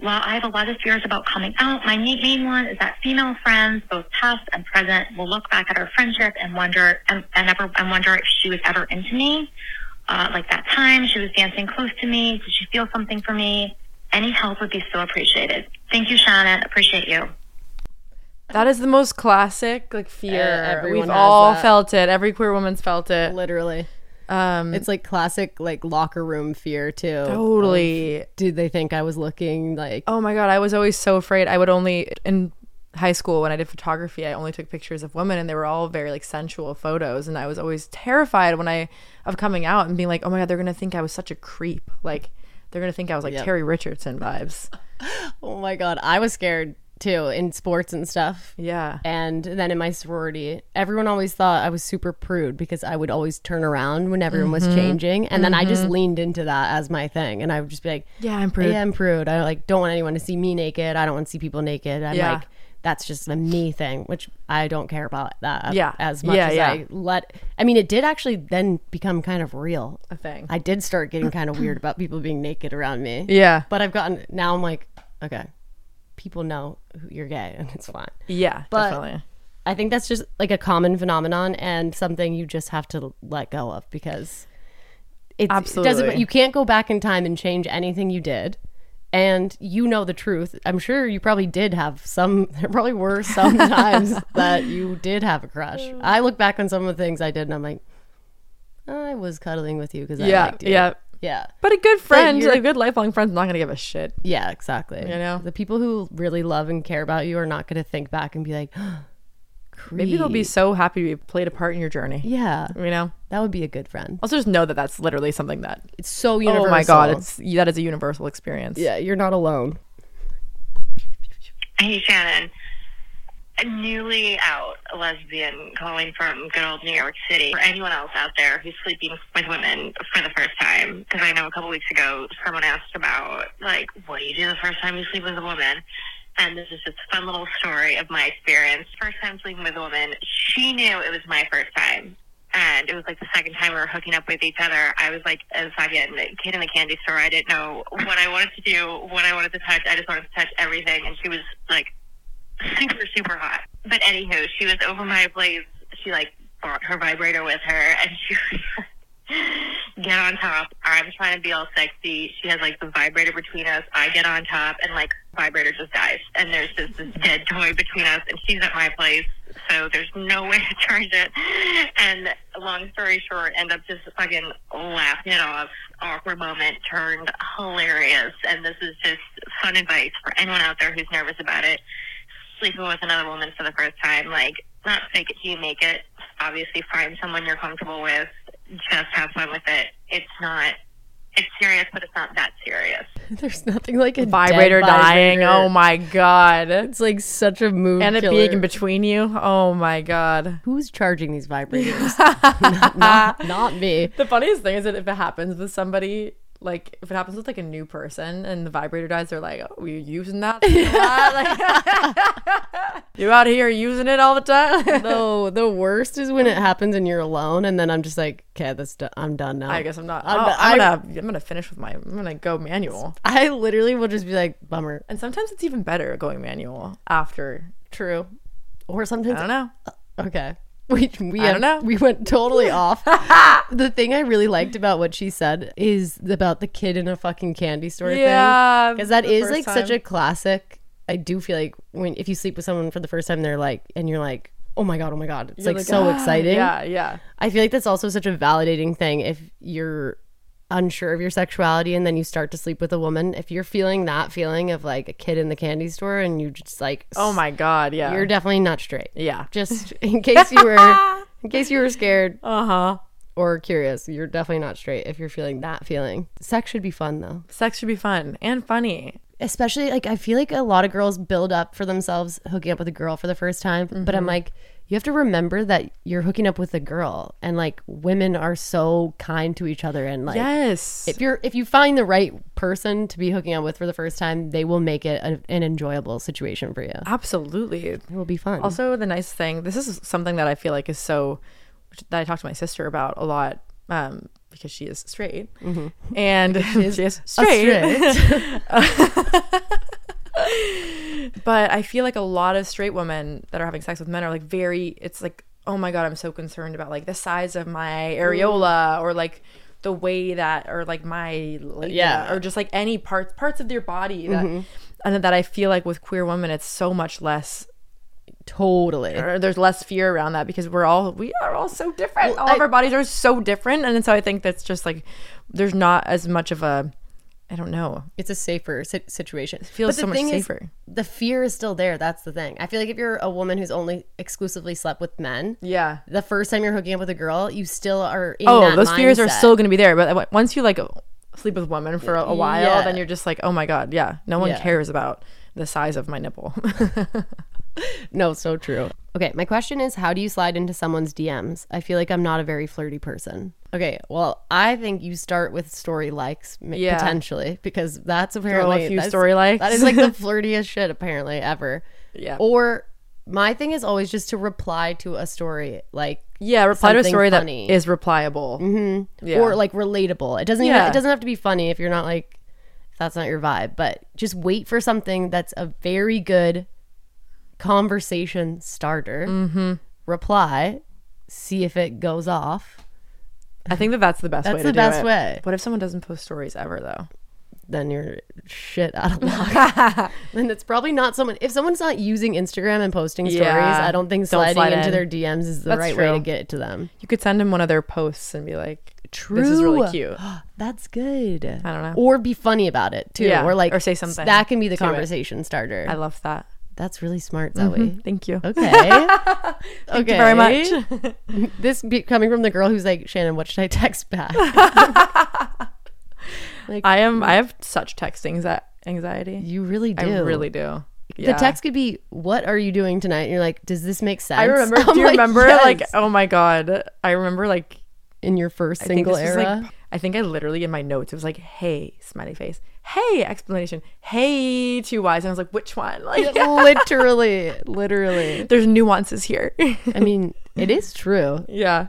While I have a lot of fears about coming out, my main main one is that female friends, both past and present, will look back at our friendship and wonder and, and, ever, and wonder if she was ever into me. Uh, like that time, she was dancing close to me. Did she feel something for me? Any help would be so appreciated. Thank you, Shannon. Appreciate you. That is the most classic like Yeah, fear. E- everyone We've has all that. felt it. Every queer woman's felt it. Literally. Um, Oh. It's like classic like locker room fear too. totally. Did they think I was looking like Oh my god, I was always so afraid. I would only in high school when I did photography, I only took pictures of women, and they were all very like sensual photos, and I was always terrified when I of coming out and being like, oh my god, they're gonna think I was such a creep. Like they're gonna think I was like Terry Richardson vibes. oh my god, I was scared too in sports and stuff. Yeah. (laughs) And then in my sorority, everyone always thought I was super prude because I would always turn around when everyone Mm-hmm. was changing, and then I just leaned into that as my thing, and I would just be like, Yeah, I'm prude. Yeah, I'm prude. I like don't want anyone to see me naked. I don't want to see people naked. I'm Yeah. like." That's just a me thing, which I don't care about that Yeah. as much Yeah, as yeah. I let. I mean, it did actually then become kind of real A thing. I did start getting kind of weird about people being naked around me. Yeah. But I've gotten now I'm like, okay, people know who- you're gay and it's fine. Yeah, But- definitely. I think that's just like a common phenomenon and something you just have to let go of because it's, it doesn't Absolutely. you can't go back in time and change anything you did. And you know the truth. I'm sure you probably did have some. (laughs) There probably were (laughs) some times that you did have a crush. I look back on some of the things I did, and I'm like, I was cuddling with you because I Yeah, liked you. yeah. yeah. But a good friend, you're- a good lifelong friend's not gonna give a shit. Yeah, exactly. You know? the people who really love and care about you are not going to think back and be like, (gasps) Maybe they'll be "Creep." so happy we played a part in your journey. Yeah, You know. that would be a good friend. Also, just know that that's literally something that. It's so universal. Oh my god, (laughs) it's that is a universal experience. yeah, you're not alone. Hey, Shannon. A newly out lesbian calling from good old New York City. For anyone else out there who's sleeping with women for the first time, because I know a couple weeks ago someone asked about, like, what do you do the first time you sleep with a woman? And this is just a fun little story of my experience. First time sleeping with a woman, she knew it was my first time. And it was like the second time we were hooking up with each other. I was like a fucking kid in the candy store. I didn't know what I wanted to do, what I wanted to touch. I just wanted to touch everything. And she was like (laughs) super, super hot. But anywho, she was over my place. She like brought her vibrator with her (laughs) and she was like, get on top. I'm trying to be all sexy. She has like the vibrator between us. I get on top and like vibrator just dies. And there's just this dead toy between us and she's at my place. So there's no way to charge it. And long story short, end up just fucking laughing it off. Awkward moment turned hilarious. And this is just fun advice for anyone out there who's nervous about it sleeping with another woman for the first time, like not fake it till you make it. Obviously, find someone you're comfortable with. Just have fun with it. It's not. It's serious, but it's not that serious. There's nothing like a Vibrator dead dying. vibrator. Oh my god. It's like such a move. And it killer. being in between you. Oh my god. Who's charging these (laughs) vibrators? not, not, not me. The funniest thing is that if it happens with somebody, like if it happens with like a new person and the vibrator dies, they're like, "Oh, you using (laughs) that? Like, you out here using it all the (laughs) time?" No, the worst is when it happens and you're alone, and then I'm just like, okay, that's do- I'm done now. I guess I'm not. I'm- oh, I- I'm gonna. I'm gonna finish with my. I'm gonna go manual. I literally will just be like, bummer. And sometimes it's even better going manual after. True. Or I sometimes don't know. Okay. (laughs) We, we Uh. I don't have- know. We went (laughs) totally off. the thing I really liked about what she said is about the kid in a fucking candy store Yeah, thing. Because that the is first like such time. a classic. I do feel like when if you sleep with someone for the first time, they're like, and you're like, oh my god, oh my god, it's like, so exciting. "Ah, Yeah, yeah. I feel like that's also such a validating thing if you're unsure of your sexuality and then you start to sleep with a woman. If you're feeling that feeling of like a kid in the candy store and you just like, Oh my god. Yeah. you're definitely not straight yeah. just (laughs) in case you (laughs) were in case you were scared Uh huh. or curious you're definitely not straight if you're feeling that feeling sex should be fun though Sex should be fun and funny. especially like i feel like a lot of girls build up for themselves hooking up with a girl for the first time but i'm like you have to remember that you're hooking up with a girl and like women are so kind to each other and like Yes. if you're if you find the right person to be hooking up with for the first time they will make it a, an enjoyable situation for you it Absolutely. will be fun Also, the nice thing, this is something that I feel like is so that I talk to my sister about a lot um, because she is straight, (laughs) and (laughs) she is, A straight. Mm-hmm. straight. But I feel like a lot of straight women that are having sex with men are like very. It's like, oh my god, I'm so concerned about like the size of my Mm. areola or like the way that or like my labia, Yeah. Mm-hmm. or just like any parts parts of your body that. And that I feel like with queer women, it's so much less (laughs) totally or there's less fear around that because we're all we are all so different. all of I- our bodies are so different, and so I think that's just like there's not as much of a I don't know. it's a safer si- situation. It feels so much safer. the fear is still there. That's the thing. I feel like if you're a woman who's only exclusively slept with men, Yeah. the first time you're hooking up with a girl, you still are. In Oh, that those fears are mindset. still going to be there, but w- once you like sleep with women for a, a while, Yeah. then you're just like, oh my god, yeah, no one Yeah. cares about the size of my nipple. (laughs) No, so true. Okay, my question is how do you slide into someone's DMs? I feel like I'm not a very flirty person. Okay, well, I think you start with story likes m- Yeah. potentially because that's apparently few that's- story likes. That is like the flirtiest shit apparently ever. (laughs) Yeah. Or my thing is always just to reply to a story like yeah, reply to a something story funny. that is replyable. Mm-hmm. Yeah. or like relatable. It doesn't even, Yeah. it doesn't have to be funny if you're not like if that's not your vibe, but just wait for something that's a very good conversation starter. Mm-hmm. Reply, see if it goes off. I think that that's the best way That's to the do best it. way. What if someone doesn't post stories ever though? Then you're shit out of luck. (laughs) (laughs) and it's probably not someone if someone's not using Instagram and posting stories, Yeah. I don't think Don't sliding slide into in. their DMs is the That's right way true. to get it to them. You could send them one of their posts and be like, "This is really True. cute." That's good. I don't know. Or be funny about it too. Yeah, Or like or say s- something That can be the to it. conversation starter. I Mm-hmm. love that. That's really smart, Zoe. Thank you. (laughs) Okay. okay. Thank you very much. (laughs) (laughs) This be- coming from the girl who's like, Shannon, what should I text (laughs) back? I am. I have such texting anxi- anxiety. you really do. I really do. The text could be, "What are you doing tonight?" And you're like, "Does this make sense?" I (laughs) remember. (laughs) I'm do you like, remember? Like, "Yes." oh my god. I remember. Like, in your first I think single this was, era. like, I think I literally in my notes it was like, "Hey, smiley face. Hey, explanation. Hey, two Y's." And I was like, "Which one?" (laughs) Like, literally, literally. there's nuances here. (laughs) I mean, it is true. yeah,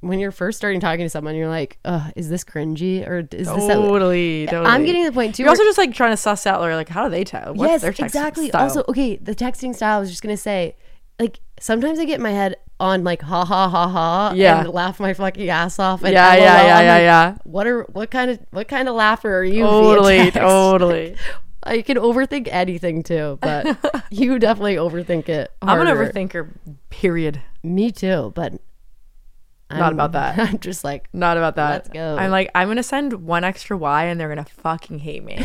When you're first starting talking to someone, you're like, Ugh, "Is this cringy or is this?" Oh, totally, totally. I'm getting to the point too. You're also where- just like trying to suss out, like, how do they tell? What's yes, their text exactly. style? Also, okay, the texting style. I was just gonna say, like sometimes I get my head on like ha ha ha ha, Yeah. and laugh my fucking ass off. And Yeah, yeah, LOL. yeah, I'm yeah, like, yeah. What are what kind of what kind of laughter are you? via totally, text? totally. I can overthink anything too, but you definitely overthink it. (laughs) I'm an harder. overthinker. Period. Me too, but I'm, about that. (laughs) (laughs) I'm just like Not about that. Let's go. I'm like, I'm gonna send one extra Y, and they're gonna fucking hate (laughs) me.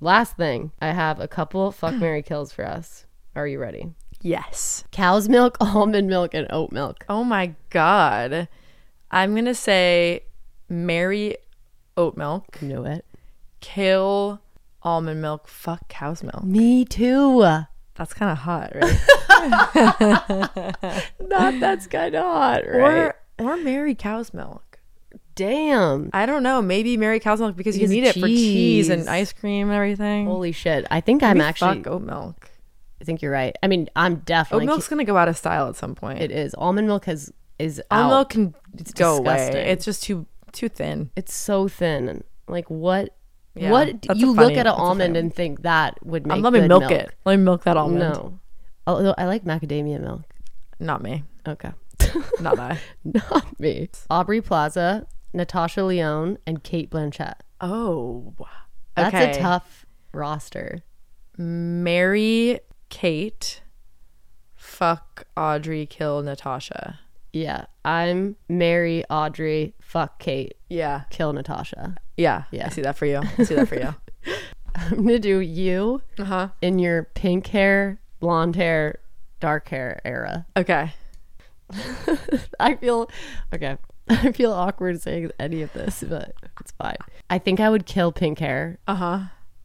last thing. I have a couple fuck Mary kills for us. Are you ready? yes. Cow's milk, (laughs) almond milk, and oat milk. Oh my god. I'm gonna say, marry oat milk, Knew it. kill almond milk, fuck cow's milk. Me too. That's kind of hot, right? (laughs) not that's kind of hot, Or or marry cow's milk. Damn. I don't know. Maybe marry cow's milk because, Because you need it for cheese cheese. and ice cream and everything. Holy shit. I think I'm Maybe actually fuck oat milk. I think you're right. I mean, I'm Oat definitely milk's gonna go out of style at some point. it is. Almond milk has is out. Almond milk can go disgusting. away. It's just too too thin. It's so thin. Like what Yeah, what that's a you look funny- at an that's a almond funny and think that would make Um, let me good milk, it. Let me milk that almond. No. Although I like macadamia milk. Not me. Okay. (laughs) Not I. Not me. Aubrey Plaza, Natasha Leone, and Kate Blanchett. oh. That's okay. a tough roster. Marry Kate. Fuck Audrey. Kill Natasha. Yeah. I'm Mary Audrey, fuck Kate, Yeah. kill Natasha. (laughs) Yeah. Yeah. I see that for you. I see that for (laughs) you. I'm gonna do you Uh-huh. in your pink hair, blonde hair, dark hair era. (laughs) Okay. I feel okay. (laughs) I feel awkward saying any of this, but it's fine. I think I would kill pink hair Uh-huh.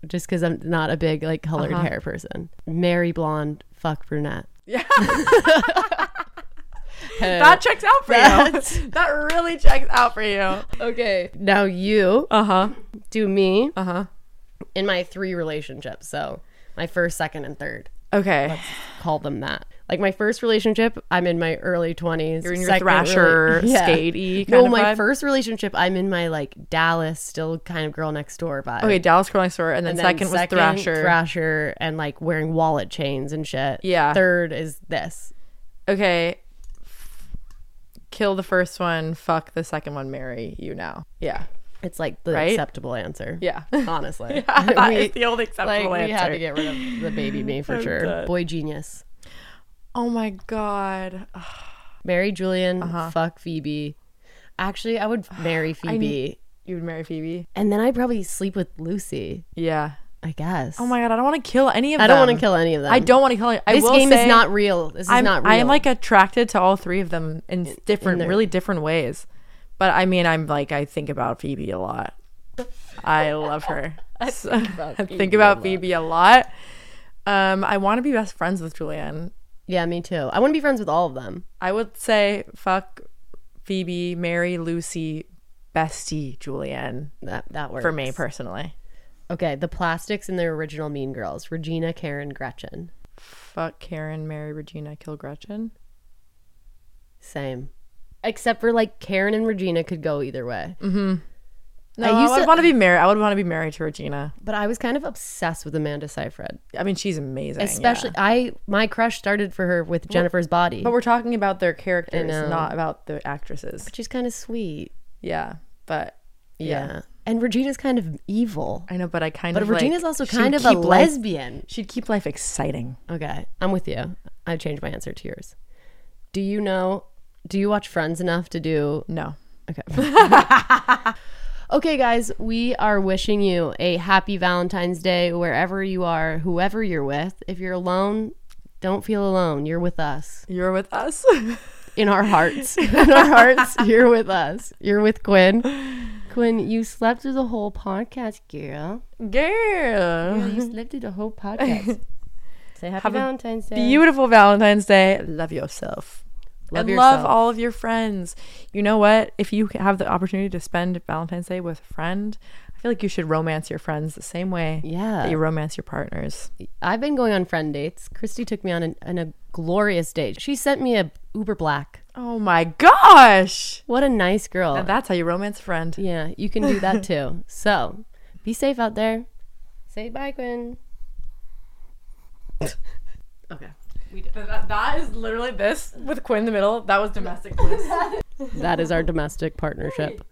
just because I'm not a big like colored hair person. Marry blonde, fuck brunette. That checks out for you. (laughs) That really checks out for you. Okay. Now you Uh-huh. do me Uh-huh. in my three relationships. So my first, second, and third. Okay. Call them that. Like my first relationship, I'm in my early 20s. You're in your Second rela- thrasher, (laughs) Yeah. skatey kind no, of my vibe? first relationship, I'm in my like Dallas, still kind of girl next door vibe. Okay, Dallas Girl Next Door, and then, And then second, was Thrasher. Thrasher, and like wearing wallet chains and shit. Yeah. Third is this. okay. Kill the first one, fuck the second one, marry you now. Yeah. It's like the Right? acceptable answer. (laughs) Yeah. Honestly. (laughs) that We- is the only like acceptable we had answer. to get rid of the baby me (laughs) for sure. dead. Boy genius. oh my god. Ugh, Marry Julian. Uh-huh. Fuck Phoebe. Actually, I would marry Phoebe, You would marry Phoebe? and then I'd probably sleep with Lucy. Yeah. I guess. Oh my god, I don't want to kill any of I them. don't want to kill any of them. I don't want to kill any. I This will game say is not real. This is I'm, not real. I am like attracted to all three of them in different, their- really different ways. But I mean, I'm like, I think about Phoebe a lot. I love her. (laughs) I think about, (laughs) I think about Phoebe a lot. Um, I want to be best friends with Julianne. Yeah, me too. I want to be friends with all of them. I would say fuck Phoebe, Mary, Lucy, bestie Julianne That that works for me personally. Okay, the plastics in their original Mean Girls: Regina, Karen, Gretchen. Fuck Karen, Mary, Regina, kill Gretchen. Same. Except for like Karen and Regina could go either way. Mm. I No, I, used would to- want to be married. I would want to be married to Regina. But I was kind of obsessed with Amanda Seyfried, I mean, she's amazing. yeah. especially I my crush started for her with Jennifer's Body. But we're talking about their characters, know. not about the actresses. She's kind of sweet. Yeah, but Yeah. yeah, And Regina's kind of evil. I know. But I kind But of. Regina's like, also she'd kind of a keep life- lesbian. She'd keep life exciting. Okay, I'm with you. I changed my answer to yours. Do you know? Do you watch Friends enough to do? No. Okay. okay, guys, we are wishing you a happy Valentine's Day wherever you are, whoever you're with. If you're alone, don't feel alone. You're with us You're (laughs) with us. in our hearts. In our hearts, you're with us. You're with Quinn. Quinn, you slept through the whole podcast, girl. Girl. You slept through the whole podcast. Say happy Valentine's Day. Beautiful Valentine's Day. Love yourself. Love and love yourself. all of your friends. You know what? If you have the opportunity to spend Valentine's Day with a friend, I feel like you should romance your friends the same way Yeah. that you romance your partners. I've been going on friend dates. Christy took me on, an, on a glorious date. She sent me a Uber Black. Oh my gosh. What a nice girl. That's how you romance a friend. yeah, you can do that too. so be safe out there. Say bye, Gwen. okay. That, that is literally this with Quinn in the middle. That was domestic bliss. That is our domestic partnership.